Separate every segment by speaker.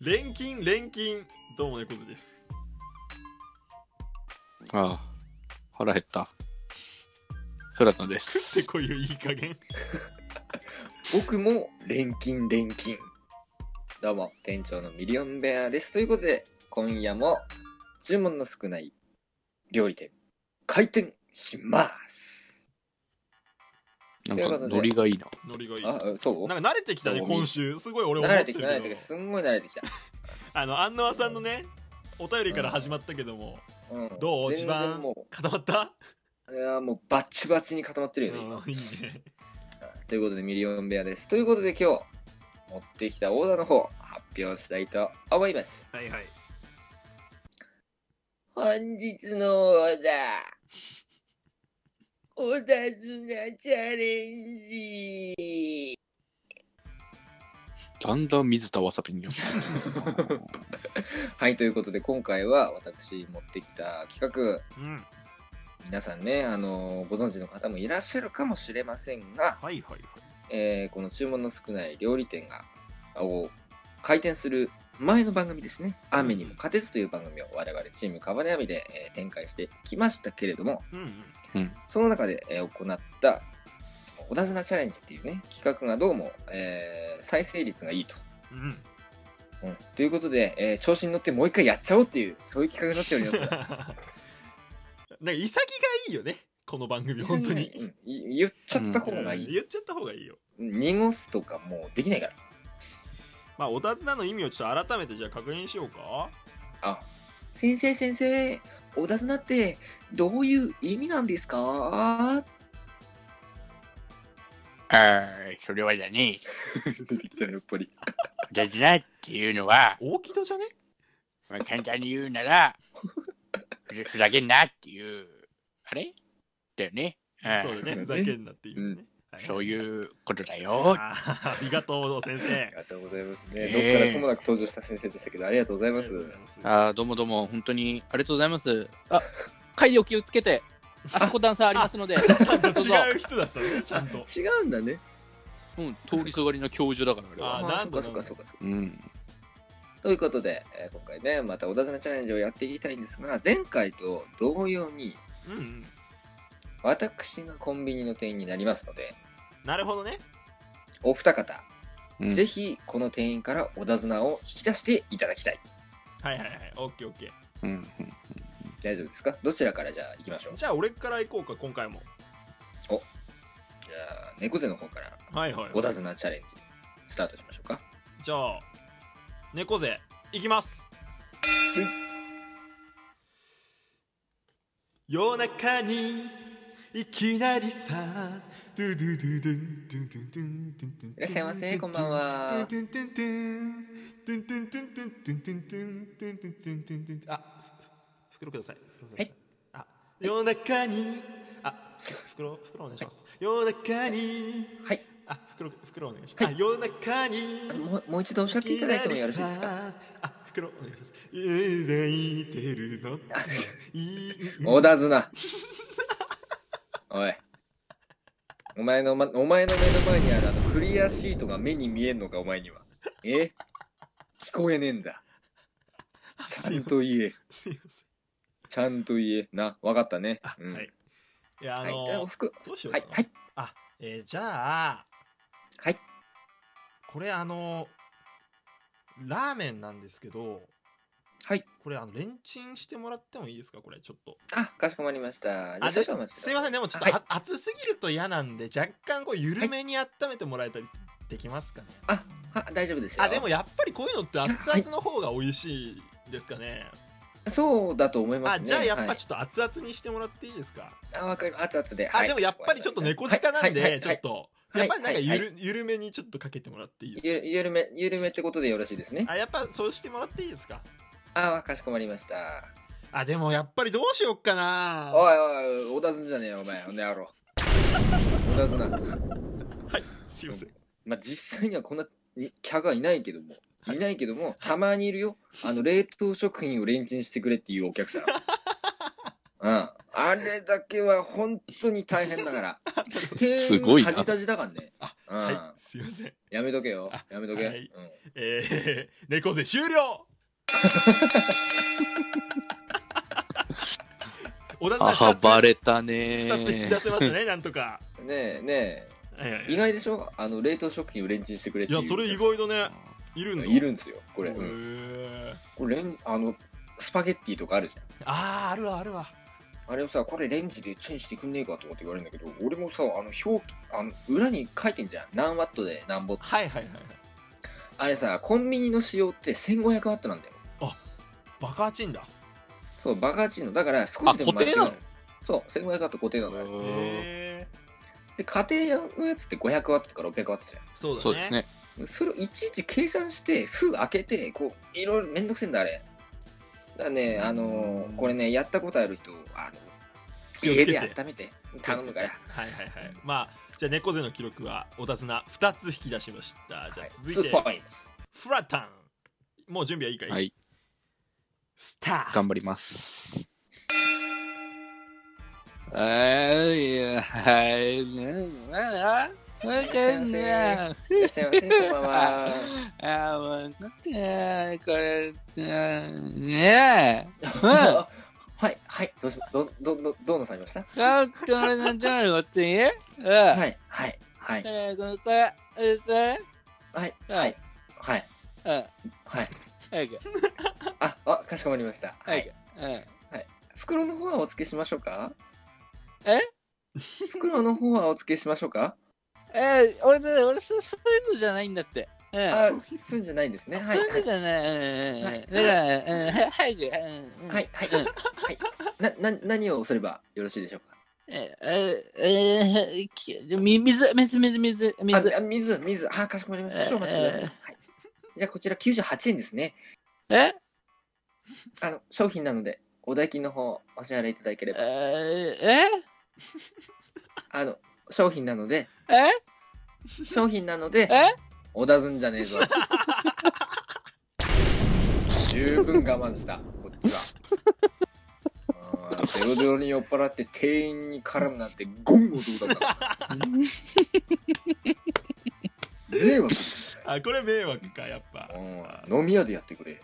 Speaker 1: 錬金錬金どうも猫背です
Speaker 2: ああ、腹減った。そらたで
Speaker 1: 食って
Speaker 2: す。
Speaker 1: こいよいい加減
Speaker 3: 僕も錬金錬金どうも店長のミリオンベアですということで今夜も注文の少ない料理店開店します
Speaker 2: なん
Speaker 3: というこ
Speaker 2: か、
Speaker 3: とで
Speaker 2: ノリがいいな。
Speaker 1: ノリがいい
Speaker 3: あ
Speaker 1: です
Speaker 3: そう
Speaker 1: なんか慣れてきたね
Speaker 3: どうも
Speaker 1: 今週すごい俺思
Speaker 3: 慣
Speaker 1: って
Speaker 3: れて
Speaker 1: る
Speaker 3: き
Speaker 1: け
Speaker 3: た
Speaker 1: ど
Speaker 3: 慣れてきたすんごい慣れてきた、
Speaker 1: あの安納さんのねお便りから始まったけども
Speaker 3: うん、
Speaker 1: どう
Speaker 3: 全
Speaker 1: 一番
Speaker 3: 然も
Speaker 1: 固まった
Speaker 3: ういやもうバッチバチに固まってるよね、今
Speaker 1: うんいいね
Speaker 3: ということでミリオンベアですということで今日持ってきたオーダーの方発表したいと思います、
Speaker 1: はいはい
Speaker 3: 本日のオーダー。おだずなチャレンジ。
Speaker 2: だんだん水田わさびによってきたな。
Speaker 3: はい、ということで今回は私持ってきた企画、
Speaker 1: うん
Speaker 3: 皆さんね、あのご存知の方もいらっしゃるかもしれませんが、
Speaker 1: はいはいはい
Speaker 3: えーこの注文の少ない料理店が、を開店する前の番組ですね、雨にも勝てずという番組を我々チームカバネアミで、えー展開してきましたけれども、
Speaker 1: うんうん
Speaker 3: その中で、えー行った、その小田綱チャレンジっていうね、企画がどうも、えー再生率がいいと。
Speaker 1: うん
Speaker 3: うんということで、えー調子に乗ってもう一回やっちゃおうっていう、そういう企画になっております。
Speaker 1: なんか潔がいいよねこの番組 本当に
Speaker 3: うんい言っちゃった方がいい。
Speaker 1: 言っちゃった方がいいよ
Speaker 3: 濁すとかもうできないから。
Speaker 1: まあおたずなの意味をちょっと改めてじゃあ確認しようか
Speaker 3: あ、先生先生、小田綱ってどういう意味なんですか
Speaker 4: ああ、それはだね。
Speaker 3: 出てきたやっぱり。
Speaker 4: だずなっていうのは、
Speaker 1: 大木戸じゃね
Speaker 4: まあ、簡単に言うなら、ふざふざけんなっていう、あれだよね。
Speaker 1: そううんだ ね
Speaker 3: そ
Speaker 1: ふ
Speaker 3: うだ
Speaker 1: ざ
Speaker 3: ね
Speaker 1: けんなっていうねは
Speaker 4: そういうことだ
Speaker 1: あ
Speaker 4: よ。
Speaker 1: ーありがとう先生
Speaker 3: ありがとうございますね。
Speaker 4: えー
Speaker 3: どっからともなく登場した先生でしたけど、ありがとうござい
Speaker 1: あ
Speaker 3: ま
Speaker 1: りが
Speaker 3: す
Speaker 1: とうご。ざいます
Speaker 2: ああ、どうもどうも、本当にありがとうございます。あ、会議お気をつけて、あそこ段差ありますので、どうぞ。
Speaker 1: 違う人だったねちゃんと
Speaker 3: 違うんだね。
Speaker 2: うん、通りすがりの教授だから、あれ
Speaker 1: あ
Speaker 2: は。
Speaker 3: まあ、
Speaker 1: な
Speaker 3: そ
Speaker 1: ん
Speaker 3: う
Speaker 1: と
Speaker 3: か
Speaker 1: な
Speaker 3: そ
Speaker 1: んと
Speaker 3: うかそうかそうか。
Speaker 2: うん。
Speaker 3: ということで、えー今回ね、また小田綱チャレンジをやっていきたいんですが、前回と同様に、
Speaker 1: うんうん
Speaker 3: 私がコンビニの店員になりますので、
Speaker 1: なるほどね
Speaker 3: お二方、
Speaker 2: うん
Speaker 3: ぜひこの店員から小田綱を引き出していただきたい。
Speaker 1: はいはいはいオッケーオッケー
Speaker 2: うん。うん
Speaker 3: 大丈夫ですかどちらからじゃあ行きましょう。じ
Speaker 1: じゃあ俺から行こうか今回も
Speaker 3: ゃあ、猫背の方から
Speaker 1: はいはい
Speaker 3: 小田綱チャレンジ、スタートしましょうか。
Speaker 1: じゃあ猫背いきます
Speaker 3: はい
Speaker 1: 夜中にいきなりさドゥドゥドゥドゥンドゥンドゥンドゥンドゥンドゥン
Speaker 3: いらっしゃいませこんばんは
Speaker 1: ドゥンドゥンドゥンドゥンドゥンドゥンドゥンドゥンドゥンドゥンドゥンドゥンドゥンあ袋ください袋くださいあ夜中にあ袋袋お願いします夜中に
Speaker 3: はい。
Speaker 1: あ袋袋お願いしますあ夜中に
Speaker 3: もうもう一度おっしゃっていただいてもよろしいですか
Speaker 1: かあ、袋お願いします。抱いてる のいい
Speaker 3: 小田綱。おい。お前の、ま、お前の目の前にあるあのクリアシートが目に見えんのか、お前には。え聞こえねえんだ。ちゃんと言え。
Speaker 1: すいません。
Speaker 3: ちゃんと言え。な、わかったね。
Speaker 1: あ、
Speaker 3: うん、
Speaker 1: はい。。いや、あ
Speaker 3: は
Speaker 1: の
Speaker 3: い。じゃあ、お服。
Speaker 1: どうしよう
Speaker 3: は
Speaker 1: か
Speaker 3: い
Speaker 1: な。。
Speaker 3: はい。
Speaker 1: あ、えーじゃあ、
Speaker 3: はい。
Speaker 1: これあの、ラーメンなんですけど、
Speaker 3: はい。
Speaker 1: これあの、レンチンしてもらってもいいですかこれ、ちょっと。
Speaker 3: あ、かしこまりました。じゃあ、
Speaker 1: あ、
Speaker 3: 少
Speaker 1: で
Speaker 3: 々お待ちくだ
Speaker 1: す
Speaker 3: さい。
Speaker 1: いません、でもちょっと、
Speaker 3: はい
Speaker 1: あ熱すぎると嫌なんで、若干こう、緩めに温めてもらえたりできますかね。
Speaker 3: あ、は、大丈夫ですよ。
Speaker 1: あ、でもやっぱりこういうのって熱々の方が美味しいですかね。
Speaker 3: そうだと思います
Speaker 1: あ
Speaker 3: ね。
Speaker 1: じゃあやっ
Speaker 3: は
Speaker 1: ぱ
Speaker 3: い
Speaker 1: ちょっと熱々にしてもらっていいですか、
Speaker 3: あ、わかり熱々で。
Speaker 1: あでもやっぱりちょっと猫舌なんで、ちょっ。
Speaker 3: はいはいはいはい
Speaker 1: と、
Speaker 3: はい
Speaker 1: やっぱりなんかゆる,、
Speaker 3: は
Speaker 1: ゆるめにちょっとかけてもらっていいです
Speaker 3: ゆゆるめ、ゆるめってことでよろしいですね
Speaker 1: か。あやっぱそうしてもらっていいですか
Speaker 3: あ、かしこまりました。
Speaker 1: あでもやっぱりどうしよっかな
Speaker 3: おいおい、おだずんじゃねえよ、お前、おの野郎。おだずな。
Speaker 1: はいすいません
Speaker 3: まあ、実際にはこんなにキャがいないけども、いないけども、たま にいるよ。あの、冷凍食品をレンチンしてくれっていうお客さん。うん。あれだけは本当に大変 だから。
Speaker 2: すごいな
Speaker 3: タジタジだからね。
Speaker 1: あ
Speaker 3: うん
Speaker 1: はいすいません
Speaker 3: やめとけよ
Speaker 1: あ。
Speaker 3: やめとけ。
Speaker 1: はい
Speaker 3: うん
Speaker 1: えー、 猫背終 了おだ
Speaker 2: あはば
Speaker 1: れ
Speaker 2: れた
Speaker 1: 2つ引き
Speaker 2: ね
Speaker 1: 出。せましたねなんとか
Speaker 3: ねえ、ね
Speaker 1: はいはいは
Speaker 3: え。
Speaker 1: い
Speaker 3: 意外でしょあの、冷凍食品をレンチンしてくれっ
Speaker 1: い
Speaker 3: ていう。
Speaker 1: やそれ意外だねいるんだ
Speaker 3: いるんですよ、これ。
Speaker 1: へ
Speaker 3: うん
Speaker 1: ー
Speaker 3: これレン、あの、スパゲッティとかあるじゃん。
Speaker 1: あーあるわあるわ
Speaker 3: あれをさ、これレンジでチンしてくんねえかと思って言われるんだけど、俺もさ、あの、表記、あの、裏に書いてんじゃん。何ワットで何ぼって。
Speaker 1: はいはいはいはい
Speaker 3: あれさ、コンビニの仕様って1500ワットなんだよ。
Speaker 1: 爆発チンだ
Speaker 3: そう、バカチンの。だから、少しでも
Speaker 2: あ固定なの
Speaker 3: 間違えそう、1500ワット固定なのよ。
Speaker 1: へー
Speaker 3: で、家庭用のやつって500ワットとか600ワットじゃん。
Speaker 1: そうだね
Speaker 2: そうですね。
Speaker 3: それをいちいち計算して、封開けて、こう、いろいろめんどくせえんだ、あれ。だからね、あのーこれね、やったことある人、あの、
Speaker 1: 気をつけ
Speaker 3: 家
Speaker 1: て
Speaker 3: で温めて、頼むから。
Speaker 1: はいはいはいまあじゃあ猫背の記録はおたずな2つ引き出しましたじゃ
Speaker 3: は
Speaker 1: あ
Speaker 3: い、
Speaker 1: 続いて、
Speaker 3: 2ポイントです。
Speaker 1: フラタンもう準備はいいかい、
Speaker 2: はい、
Speaker 1: スタート
Speaker 2: 頑張ります。あーいやはい、なんわかんない。
Speaker 3: いらっしゃいませ、こんばんは。
Speaker 2: あー、もう、なんて、これ、ねえ。うん。
Speaker 3: はい、はい、どうしま、ど、ど、ど、どうなさいました
Speaker 2: だって俺なんてないのって言えうん。はい。
Speaker 3: はい、はい、はい、
Speaker 2: これ、うさ
Speaker 3: はい、はい、はい、
Speaker 2: うん。
Speaker 3: はい。
Speaker 2: 早く、
Speaker 3: あ、あ、かしこまりました。は
Speaker 2: 早
Speaker 3: い。
Speaker 2: く。うん。
Speaker 3: 袋の方はお付けしましょうか
Speaker 2: え
Speaker 3: 袋の方はお付けしましょうか
Speaker 2: えー、俺だって、俺そ、そういうのじゃないんだって。うん。
Speaker 3: あ、そういうんじゃないんですね。はい、
Speaker 2: そういう
Speaker 3: は
Speaker 2: の
Speaker 3: い、
Speaker 2: じゃない。うんうん
Speaker 3: は
Speaker 2: う
Speaker 3: い
Speaker 2: ん。だから、うん、は早く。うん。
Speaker 3: はい、はい、はい。な、な、何をすればよろしいでしょうか
Speaker 2: えー、えーえーきみ水、水、水、水、水。
Speaker 3: ああ水、水。あ、かしこまりました。少々お待ちください。
Speaker 2: えー
Speaker 3: はい。じゃあ、こちら98円ですね。
Speaker 2: え
Speaker 3: あの、商品なので、お代金の方、お支払いいただけれ
Speaker 2: えー
Speaker 3: ば。
Speaker 2: え
Speaker 3: あの、商品なので、
Speaker 2: え
Speaker 3: 商品なので、
Speaker 2: え
Speaker 3: おだずんじゃねえぞ。十分我慢した、こっちは。あーデロデロに酔っ払って店員に絡むなんてゴン男だから。迷惑
Speaker 1: あこれ迷惑かやっぱあ
Speaker 3: うん飲み屋でやってくれ。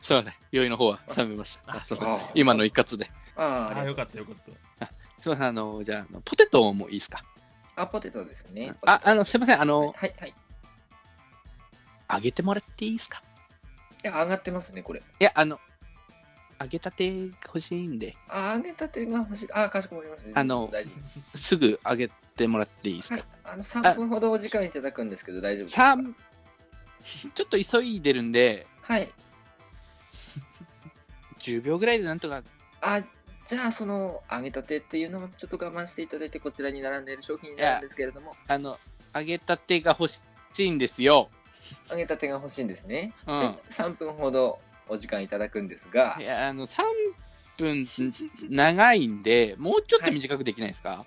Speaker 2: すいません。酔いの方は冷めまし
Speaker 1: あ
Speaker 2: た。あそう
Speaker 3: あ
Speaker 2: 今の一括で。
Speaker 3: あー
Speaker 1: あ
Speaker 3: あり
Speaker 1: よ
Speaker 3: がと
Speaker 1: か
Speaker 3: う
Speaker 1: ったよかった
Speaker 2: すいません。あの、じゃああの、ポテトもいいですか
Speaker 3: あ、ポテトですね。
Speaker 2: あ、あの、すいません。あの、
Speaker 3: はいはい。い
Speaker 2: 揚げてもらっていいですか
Speaker 3: や、上がってますね、これ。
Speaker 2: いや、あの、揚げたて欲しいんで、
Speaker 3: あ、揚げたてが欲しい。あ、かしこまりました。
Speaker 2: あの
Speaker 3: 大丈夫です。
Speaker 2: すぐ揚げてもらっていいです
Speaker 3: は
Speaker 2: か、
Speaker 3: い、あの3分ほどお時間いただくんですけど大丈夫ですか
Speaker 2: 三ちょっと急いでるんで、
Speaker 3: はい
Speaker 2: 10秒ぐらいでなんとか、
Speaker 3: あじゃあその揚げたてっていうのもちょっと我慢していただいてこちらに並んでいる商品なんですけれども
Speaker 2: あの、揚げたてが欲しいんですよ。
Speaker 3: 揚げたてが欲しいんですね、
Speaker 2: う
Speaker 3: で
Speaker 2: ん。
Speaker 3: 3分ほどお時間いただくんですが
Speaker 2: いや、あの、3分長いんで、もうちょっと短くできないですか、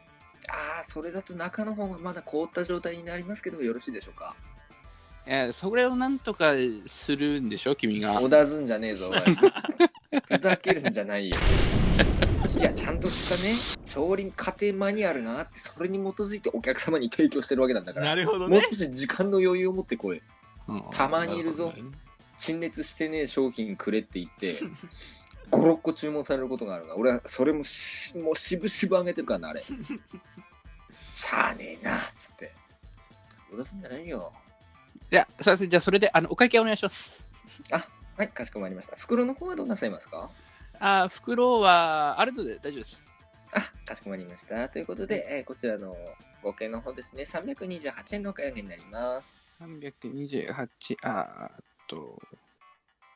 Speaker 3: ああそれだと中の方がまだ凍った状態になりますけどよろしいでしょうか
Speaker 2: い、や、それをなんとかするんでしょ君が。
Speaker 3: おだずんじゃねえぞおいふざけるんじゃないよいやちゃんとしたね調理家庭マニュアルがあってそれに基づいてお客様に提供してるわけなんだから
Speaker 1: なるほど
Speaker 3: もう
Speaker 1: ね
Speaker 3: 少し時間の余裕を持ってこい
Speaker 2: うん
Speaker 3: たまにいるぞ陳列してねえ商品くれって言って56個注文されることがあるから俺はそれもしもう渋々あげてるからなあれしゃあねえなっつって脅すんじゃないよ
Speaker 2: いや、すいません。じゃあ、それで、あの、お会計お願いします。
Speaker 3: はいかしこまりました袋の方はどうなさいますか
Speaker 2: あー、袋は、あるので大丈夫です。
Speaker 3: あかしこまりましたということで、えーこちらの合計の方ですね328円のお買い上げになります
Speaker 2: 328あーっと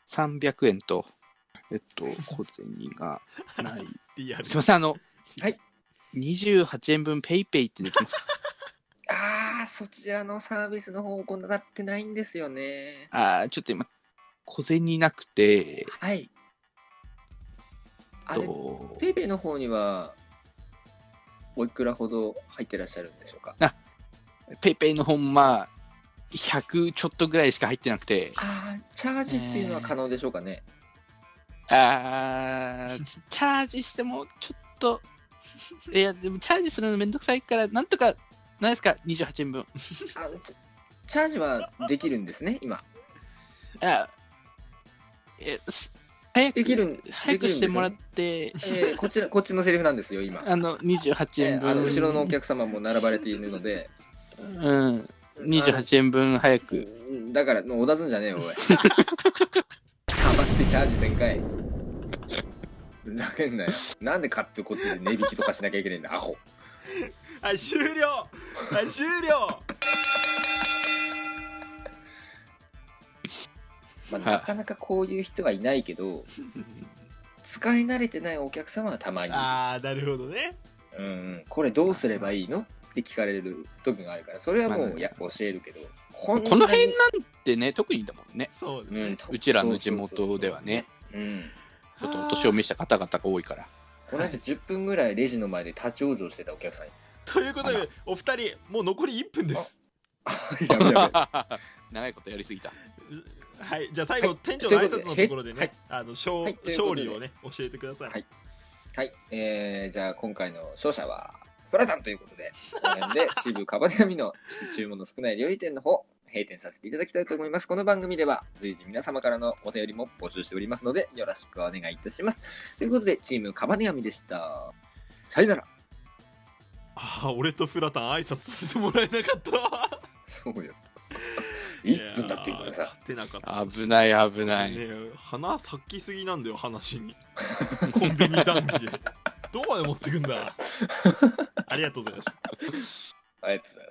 Speaker 2: 300円とえっと小銭が ない
Speaker 1: リアル
Speaker 2: すいませんあの
Speaker 3: はい
Speaker 2: 28円分ペイペイってできますか
Speaker 3: あーそちらのサービスの方行ってないんですよね
Speaker 2: あーちょっと今小銭なくて
Speaker 3: はいあ
Speaker 2: えっ
Speaker 3: れ
Speaker 2: と
Speaker 3: ペイペイの方には、おいくらほど入ってらっしゃるんでしょうか
Speaker 2: ペイペイのほんま100ちょっとぐらいしか入ってなくて
Speaker 3: ああ、チャージっていうのは可能でしょうかね、
Speaker 2: あーチチャージしてもちょっと、いや、でもチャージするのめんどくさいから、なんとか、ないですか、28円分。
Speaker 3: あチチャージはできるんですね、今。
Speaker 2: あえす早
Speaker 3: で
Speaker 2: く
Speaker 3: きるん
Speaker 2: 早くしてもらって、
Speaker 3: えーこっち、こっちのセリフなんですよ、今。
Speaker 2: あの、28
Speaker 3: え
Speaker 2: 円
Speaker 3: ー
Speaker 2: 分、
Speaker 3: あの後ろのお客様も並ばれているので、
Speaker 2: うん、28円分早く。
Speaker 3: うんだから、おだすんじゃねえよ、おい。たまってチャージせんかい。ふざけんなよ。なんで買ってこっちで値引きとかしなきゃいけないんだ、アホ。
Speaker 1: はい終了はい終了
Speaker 3: まあ、
Speaker 2: はい
Speaker 3: なかなかこういう人はいないけ ど、使い慣れてないお客様はたまにいる。
Speaker 1: ああなるほどね
Speaker 3: うんうん、これどうすればいいのって聞かれる時があるから、それはも
Speaker 2: は
Speaker 3: う
Speaker 2: い
Speaker 3: いや教えるけど、こ
Speaker 2: この辺なんてね、特にだもんね。
Speaker 1: そうね
Speaker 3: うん、
Speaker 2: うちらの地元ではね、
Speaker 3: うん。
Speaker 2: ちょっとお年を召した方々が多いから。
Speaker 3: この間10分ぐらいレジの前で立ち往生してたお 客さんい
Speaker 1: ということ
Speaker 2: あ
Speaker 1: でお二人もう残り1分です
Speaker 3: たやべやべ
Speaker 2: 長いことやりすぎた。
Speaker 1: はいじゃあ最後、
Speaker 3: はい
Speaker 1: 店長の挨拶のところでね、
Speaker 3: という
Speaker 1: あの勝,、
Speaker 3: はいということ
Speaker 1: 勝
Speaker 3: で
Speaker 1: 利をね教えてください、
Speaker 3: はいはい、えー、じゃあ今回の勝者は、フラタンということで、この 辺で、チームカバネアミの注文の少ない料理店の方、閉店させていただきたいと思います。この番組では、随時皆様からのお便りも募集しておりますので、よろしくお願いいたします。ということで、チームカバネアミでした。さよなら。
Speaker 1: ああ俺とフラタン挨拶させてもらえなかった
Speaker 3: そうよ。1分だっていうから
Speaker 1: いやー
Speaker 3: さ。
Speaker 1: 勝てなかった
Speaker 2: 危ない、危ない。
Speaker 1: ねえ花咲きすぎなんだよ話にコンビニ談義でどこまで持ってくんだありがとうございました
Speaker 3: ありがとうございます。